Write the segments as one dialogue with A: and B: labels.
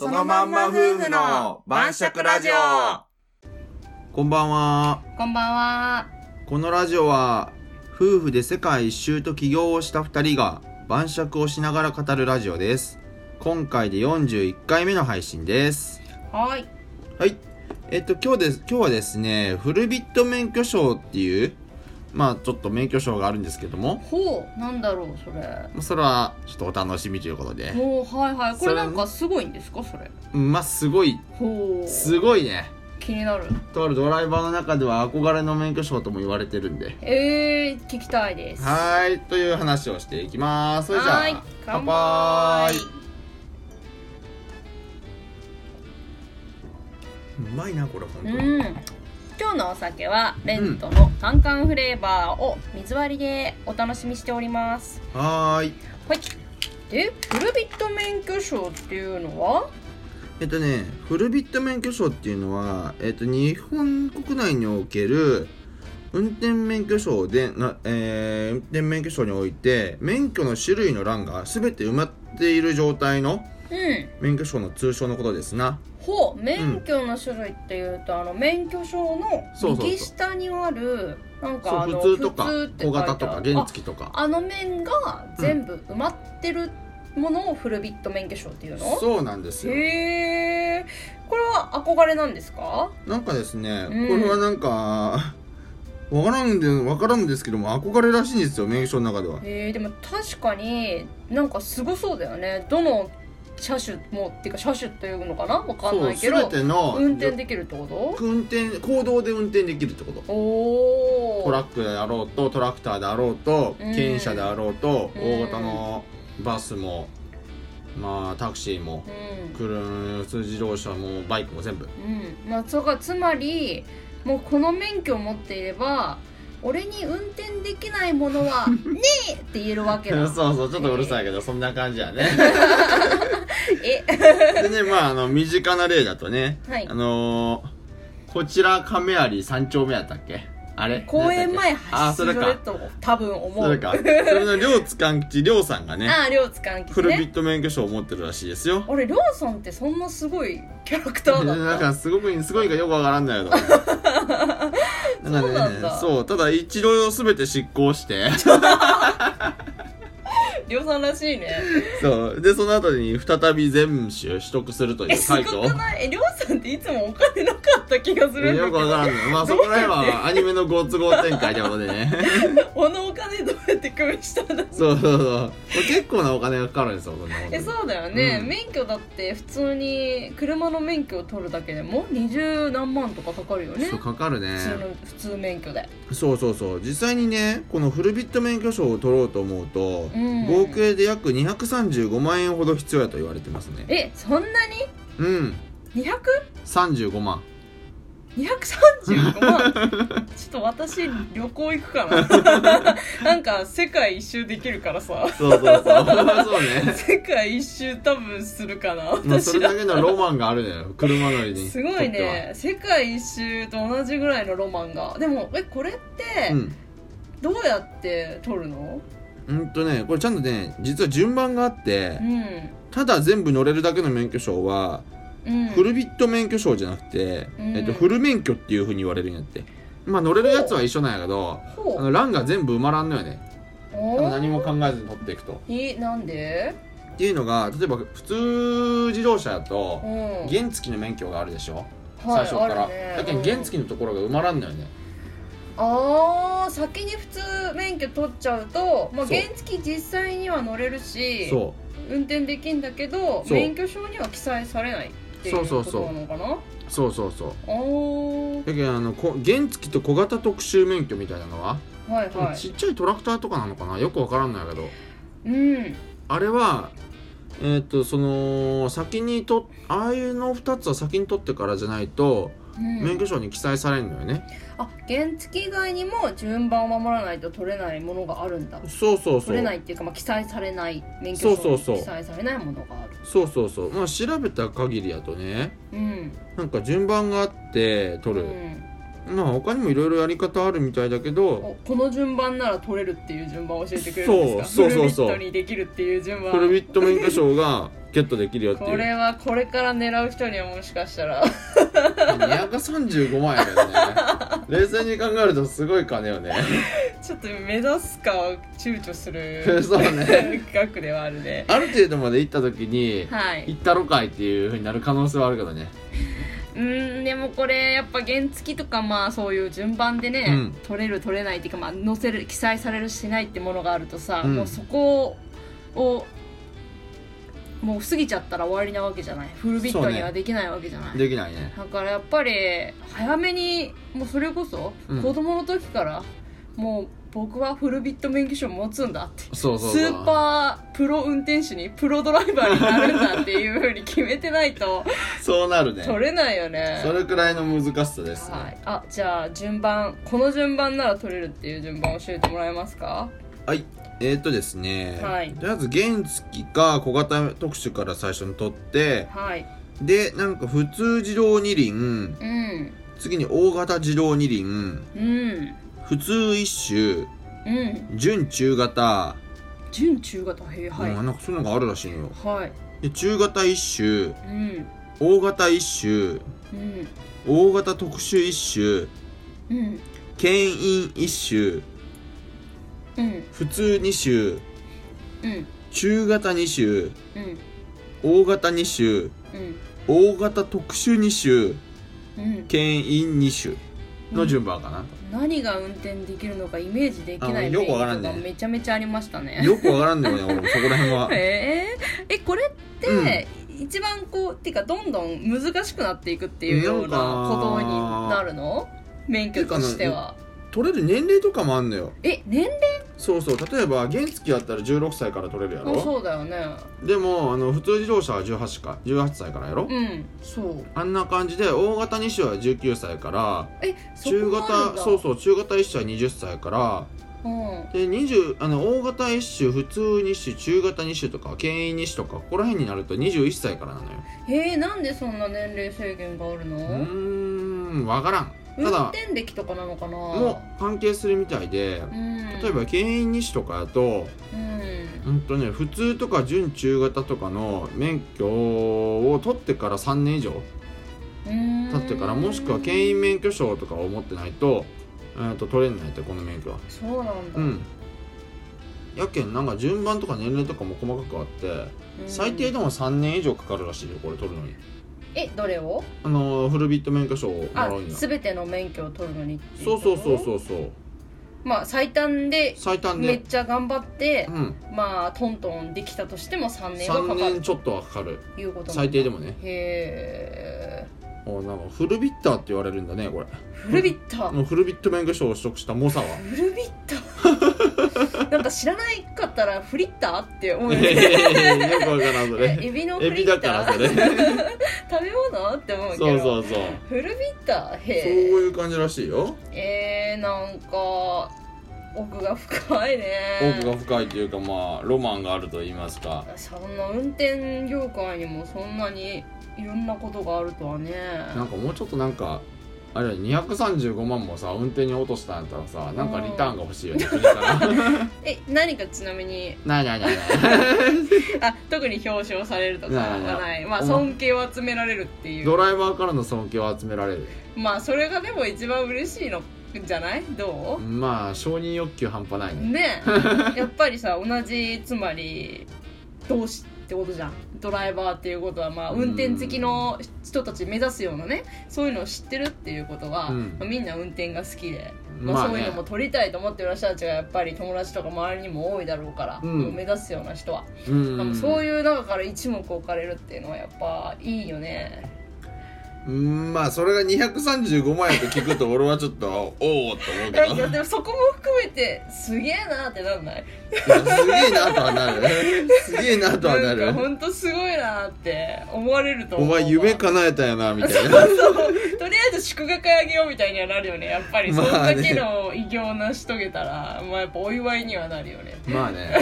A: のまんま夫婦の晩酌ラジオ
B: こんばんは。
A: こんばんは
B: このラジオは、夫婦で世界一周と起業をした二人が晩酌をしながら語るラジオです。今回で41回目の配信です。
A: はい
B: はい。えっと、今日です、今日はですね、フルビット免許証っていう、まあちょっと免許証があるんですけども、
A: ほうなんだろうそれ
B: まあそれはちょっとお楽しみということで、
A: ほうはいはいこ
B: そ
A: れ
B: れは
A: な
B: ね
A: んかすごいんですかそれ
B: うんまあすごい、
A: ほう
B: すごいね。
A: 気になる
B: とあるドライバーの中では憧れの免許証とも言われてるんで。
A: えー、聞きたいです
B: はーい、という話をしていきます。それじゃ
A: はーい
B: あ、乾杯うまいな、これ、本当に。
A: うん今日のお酒はレントのカンカンフレーバーを水割りでお楽しみしております
B: はーい。
A: はいでフルビット免許証っていうのは
B: えっとね、フルビット免許証っていうのは、えっと、日本国内における運転免許証で、なえー運転免許証において、免許の種類の欄が全て埋まっている状態の
A: うん
B: 免許証の通称のことですな。
A: ほう免許の種類っていうと、あの免許証の
B: そうそうそう
A: 右下にあるなんかあ
B: そう
A: の
B: 普通とか
A: 普通って書いて
B: 小
A: ある
B: 型とか原付とか
A: ああの面が全部埋まってるものをフルビット免許証っていうの、
B: そうなんですよ
A: へえこれは憧れなんですか
B: なんかですね、
A: うん
B: これはなんかわからんでわからんですけども憧れらしいんですよ免許証の中では
A: へえでも確かになんかすごそうだよねどの車種もっていうか車種というのかなわかんないけ
B: そう
A: ど
B: 全ての
A: 運転できるってこ
B: 運転行動で運転できるってこと
A: とおお
B: トラックであろうとトラクターであろうと
A: うん
B: 牽引車であろうと、
A: うん
B: 大型のバスもまあタクシーも
A: うん
B: 車普通自動車もバイクも全部
A: うんまあ、そうかつまりもうこの免許を持っていれば俺に運転できないもの はねえって言えるわけ
B: そう
A: だ
B: そうちょっとうるさいけど、そんな感じやね
A: え
B: でねまああの身近な例だとね、
A: はい
B: あのー、こちら亀有三丁目やったっけあれ
A: 公園前
B: あ
A: 走
B: それ
A: る
B: か
A: と多分思う
B: それか それの両津勘吉両さんがね
A: ああ両津勘
B: フ
A: 吉
B: ルビ
A: ね
B: ット免許証を持ってるらしいですよ
A: 俺両さんってそんなすごいキャラクターだ
B: な
A: っ
B: ん
A: た
B: かすごくすごいかよくわからんだけど な
A: そうなんだ
B: そうただ一度すべて執行して
A: 両さんらしいね
B: そうでその後に再び全種取得するとい
A: え
B: う
A: す
B: 快挙
A: ごくないえ両さんっていつもお金なかった気がするんだ
B: よ
A: け
B: くわ
A: ど
B: からんのまあそこら辺はアニメのご都合展開ということでね
A: このお金どうやって工面したんだ
B: そうそうそうこれ結構なお金がかかるんですよそんなこと
A: え
B: に
A: そうだよね、
B: うん
A: 免許だって普通に車の免許を取るだけでも二十何万とかかかるよね
B: そうかかるね
A: 普通の普通免許で
B: そうそうそう実際にねこのフルビット免許証を取ろうと思うと、
A: うん
B: 合計で約235万円ほど必要やと言われてますね
A: えそんなに
B: うん35万
A: 200?235 万ちょっと私旅行行くかな なんか世界一周できるからさ
B: そうそう そうそうね
A: 世界一周多分するかな
B: もうそ
A: 私
B: れ
A: だ
B: だけのロマンがあるのよ車乗りに
A: すごい
B: とって
A: ね世界一周と同じぐらいのロマンがでもえこれって
B: はうん
A: どうやって取るの
B: うんとねこれちゃんとね実は順番があって
A: うん、
B: ただ全部乗れるだけの免許証は、
A: うん、
B: フルビット免許証じゃなくて、
A: うん
B: えっと、フル免許っていうふうに言われるんやってまあ乗れるやつは一緒なんやけど
A: ほ
B: あ
A: う
B: の欄が全部埋まらんのよね
A: お
B: 多分
A: ー
B: 何も考えずに取っていくと。
A: えなんで
B: っていうのが例えば普通自動車だと
A: うん
B: 原付の免許があるでしょ、
A: はい
B: 最初から、
A: あるね
B: だけど原付のところが埋まらんのよね、
A: あー先に普通免許取っちゃうと、まあ、
B: そう
A: 原付実際には乗れるし
B: そ
A: 運転できんだけど
B: そう
A: 免許証には記載されないっていう
B: そう
A: こ
B: そうそう
A: となのかな
B: うそうそうそう
A: おー
B: だけどあのこ原付と小型特殊免許みたいなのは、
A: はいはい
B: ちっちゃいトラクターとかなのかなよくわからんのやけど
A: うん
B: あれはえっ、とその先にとああいうの2つは先に取ってからじゃないと
A: うん
B: 免許証に記載されるのよね、
A: あ原付以外にも順番を守らないと取れないものがあるんだ
B: そうそうそう
A: 取れないっていうか、まあ、記載されない免許証
B: そう
A: に
B: そうそう
A: 記載されないものがある
B: そうそうそうまあ調べた限りやとね
A: うん
B: なんか順番があって取
A: う
B: る、
A: ん
B: まあ他にもいろいろやり方あるみたいだけど
A: おこの順番なら取れるっていう順番を教えてくれるんですか
B: そうそうそうそう
A: フルビットにできるっていう順番
B: フルビット免許証がゲットできるよってい
A: こ
B: う
A: れはこれから狙う人にはもしかしたら
B: 235万円だよね 冷静に考えるとすごい金よね
A: ちょっと目指すかは躊躇する
B: そうね
A: 額ではあるね
B: ある程度まで行った時に
A: はい
B: 行ったろかいっていうふうになる可能性はあるけどね
A: うーんでもこれやっぱ原付とかまあそういう順番でね、
B: うん
A: 取れる取れないっていうかまあ載せる記載されるしないってものがあるとさ、
B: うん
A: もうそこをもう過ぎちゃったら終わりなわけじゃないフルビッ
B: そ
A: ト
B: うね
A: にはできないわけじゃない、
B: できないね
A: だからやっぱり早めにもうそれこそ
B: うん
A: 子供の時から、もう僕はフルビット免許証持つんだって
B: そうそうそう
A: スーパープロ運転手にプロドライバーになるんだっていうふうに決めてない と
B: そうなるね
A: 取れないよね
B: それくらいの難しさですね、
A: はい、あじゃあ順番この順番なら取れるっていう順番教えてもらえますか
B: はい、えー、っとですね、
A: はい
B: とりあえず原付か小型特殊から最初に取って
A: はい
B: でなんか普通自動二輪
A: うん
B: 次に大型自動二輪
A: うん
B: 普通一
A: うん
B: 種準中型、
A: 準中型へえはい、
B: うんなんかそういうのがあるらしいのよ
A: はい
B: で中型一種
A: うん
B: 大型一種
A: うん
B: 大型特殊一種
A: うん
B: 牽引一種
A: うん
B: 普通二種
A: うん
B: 中型二種
A: うん
B: 大型二種
A: うん
B: 大型特殊二種
A: うん
B: 牽引二種の順番かな、
A: 何が運転できるのかイメージできない
B: あよくわからん
A: メ
B: ね
A: ニューとめちゃめちゃありましたね
B: よくわからんでもね俺もそこら辺 は
A: えー、えこれって、一番こうっていうかどんどん難しくなっていくっていうようなことになるの免許としては
B: 取れる年齢とかもあんのよ
A: え年齢
B: そうそう例えば原付だったら16歳から取れるや
A: も
B: ろ
A: そうだよね
B: でもあの普通自動車は18歳か18歳からやろ、
A: うんそう
B: あんな感じで大型2種は19歳から
A: えそ
B: 中
A: こもあるん
B: 型
A: だ
B: そうそう中型1種は20歳から
A: うん
B: で20あの大型1種普通2種中型2種とか牽引2種とかここら辺になると21歳からなのよ
A: えー、なんでそんな年齢制限がある
B: うー
A: の
B: んわからん
A: 運
B: ただ
A: 転歴とかなのかな
B: も関係するみたいで
A: うん
B: 例えば牽引2種とかだと
A: うん
B: うんとね普通とか準中型とかの免許を取ってから3年以上
A: うん
B: 経ってからもしくは牽引免許証とかを持ってないと,、えー、と取れないってこの免許は
A: そうなんだ、
B: うんやけんなんか順番とか年齢とかも細かくあって
A: うん
B: 最低でも3年以上かかるらしいよこれ取るのに
A: えどれを
B: あのーフルビット免許証をもら
A: あ
B: うにはそ
A: 全ての免許を取るのにっていう
B: そうそう
A: う
B: そうそう
A: まあ最短で
B: 最短
A: めっ
B: で
A: ちゃ頑張って、
B: うん
A: まあトントンできたとしても3年は
B: 3
A: かかる
B: 年ちょっとはかかる
A: ということなんだ
B: 最低でもね
A: へえ
B: おなんかフルビッターって言われるんだねこれ
A: フルビッター
B: もうフルビット免許証を取得した猛者は
A: フルビッタ ーなんか知らないかったらフリッターって思うよ
B: いやい
A: ね
B: やいやよくわからんそ
A: え
B: れ
A: エビのフ
B: エ
A: リ
B: ビ
A: ッ
B: だ
A: タ
B: からそ
A: ー
B: れ
A: 食べ物って思うけど
B: そうそうそう
A: フルビッター
B: そう
A: へ
B: いう感じらしいよ
A: ええー、なんか奥が深いね
B: 奥が深いというかまあロマンがあると言いますか
A: そんな運転業界にもそんなにいろんなことがあるとはね
B: なんかもうちょっとなんかあれや235万もさ運転に落としたんやったらさなんかリターンが欲しいよね国から
A: え何かちなみに
B: ないないないない
A: あ特に表彰されるとかはな
B: な
A: いい
B: ない
A: まあ
B: お前
A: 尊敬を集められるっていう
B: ドライバーからの尊敬を集められる
A: まあそれがでも一番嬉しいのじゃないど
B: まあ承認欲求半端ないうね
A: ねえ やっぱりさ同じつまり同志ってことじゃんドライバーっていうことはまあ運転好きの人たち目指すようなねそういうのを知ってるっていうことは、
B: うん
A: まあみんな運転が好きで、まあ
B: まあ
A: そういう
B: ね
A: のも取りたいと思ってる人たちがやっぱり友達とか周りにも多いだろうから、
B: うん
A: 目指すような人は、
B: うん
A: まあそういう中から一目置かれるっていうのはやっぱいいよね
B: うんまあそれが235万円と聞くと俺はちょっとおおって思うけど
A: いやでもそこも含めてすげえなってなんない
B: いやすげえなとは なるすげえなとはな
A: なんか
B: る
A: 本当すごいなって思われると
B: お
A: 思うわ
B: 前夢叶えたよなみたいな
A: そうとりあえず祝賀会あげようみたいにはなるよねやっぱりそん
B: まあね
A: だけの偉業を成し遂げたら、まあ、やっぱお祝いにはなるよね
B: まあね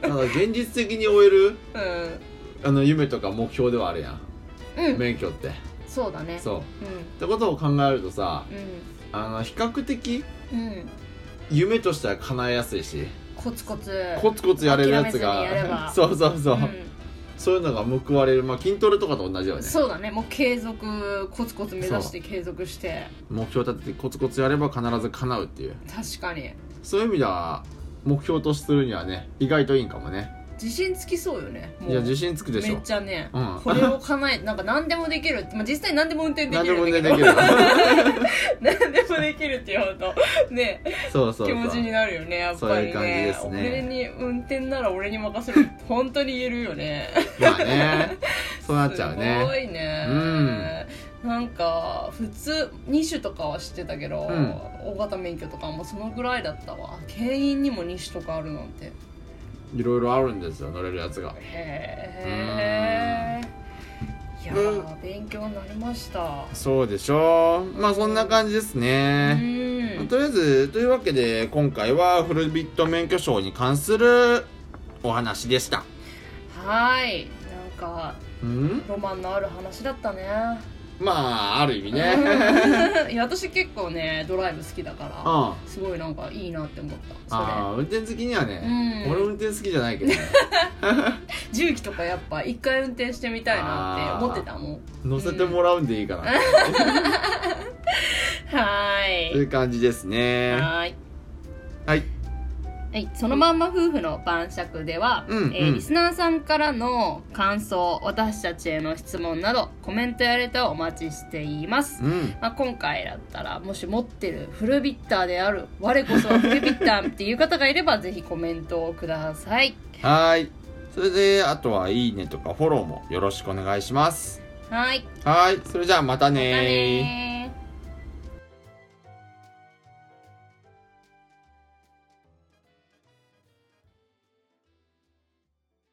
B: ただ現実的に終える
A: うん
B: あの夢とか目標ではあるやん
A: うん
B: 免許って
A: そうだね
B: そう
A: う
B: ってことを考えるとさ
A: ん
B: あの比較的
A: うんうん
B: 夢としては叶えやすいし
A: コツコツ
B: コツコツやれるや
A: 諦めず
B: つ
A: にやれば
B: が そうそうそ
A: う
B: う、そういうのが報われるまあ筋トレとかと同じよ
A: ん
B: ね
A: そうだねもう継続コツコツ目指して継続して
B: 目標立ててコツコツやれば必ず叶うっていう
A: 確かに
B: そういう意味では目標とするにはね意外といいんかもね
A: 自信つきそうよねもう
B: いや自信つくでし
A: め
B: ょ
A: っちゃね、
B: うん
A: これを叶えなんか何でもできる、まあ、実際何でも運転でき
B: 何で
A: る
B: も
A: んだけ
B: ね
A: ど
B: できる
A: 何でもできるっていうほどね
B: そうそうそう
A: 気持ちになるよねやっぱりね
B: そういう感じですね
A: 俺に運転なら俺に任せる 本当に言えるよね
B: まあねそうなっちゃう
A: すご
B: ね
A: いね
B: うん
A: なんか普通2種とかは知ってたけど、
B: うん
A: 大型免許とかもそのぐらいだったわ牽引にも2種とかあるなんて
B: いろいろあるんですよ乗れるやつが
A: へえいやー、勉強になりました
B: そうでしょうまあそんな感じです
A: う
B: ね、
A: ん
B: とりあえずというわけで今回はフルビット免許証に関するお話でした
A: はいなんか
B: うん
A: ロマンのある話だ ったね
B: まあある意味ね
A: いや私結構ねドライブ好きだから
B: あ
A: すごいなんかいいなって思ったそ
B: あー運転好きにはね、
A: うん
B: 俺運転好きじゃないけどね
A: れ重機とかやっぱ一回運転してみたいなって思ってたもん
B: 乗せてもらうんでいいかな、
A: は
B: と
A: ー
B: い
A: いう
B: 感じですね
A: はーい
B: はい
A: はい、そのまんま夫婦の晩酌では、
B: うんうん
A: えーリスナーさんからの感想私たちへの質問などコメントやれたお待ちしています、
B: うん
A: まあ、今回だったらもし持ってるフルビッターである我こそはフルビッターっていう方がいればぜひコメントをください
B: はーいそれであとはいいねとかフォローもよろしくお願いします
A: はい
B: はーいそれじゃあまたね
A: じゃあ
B: ー
A: ねー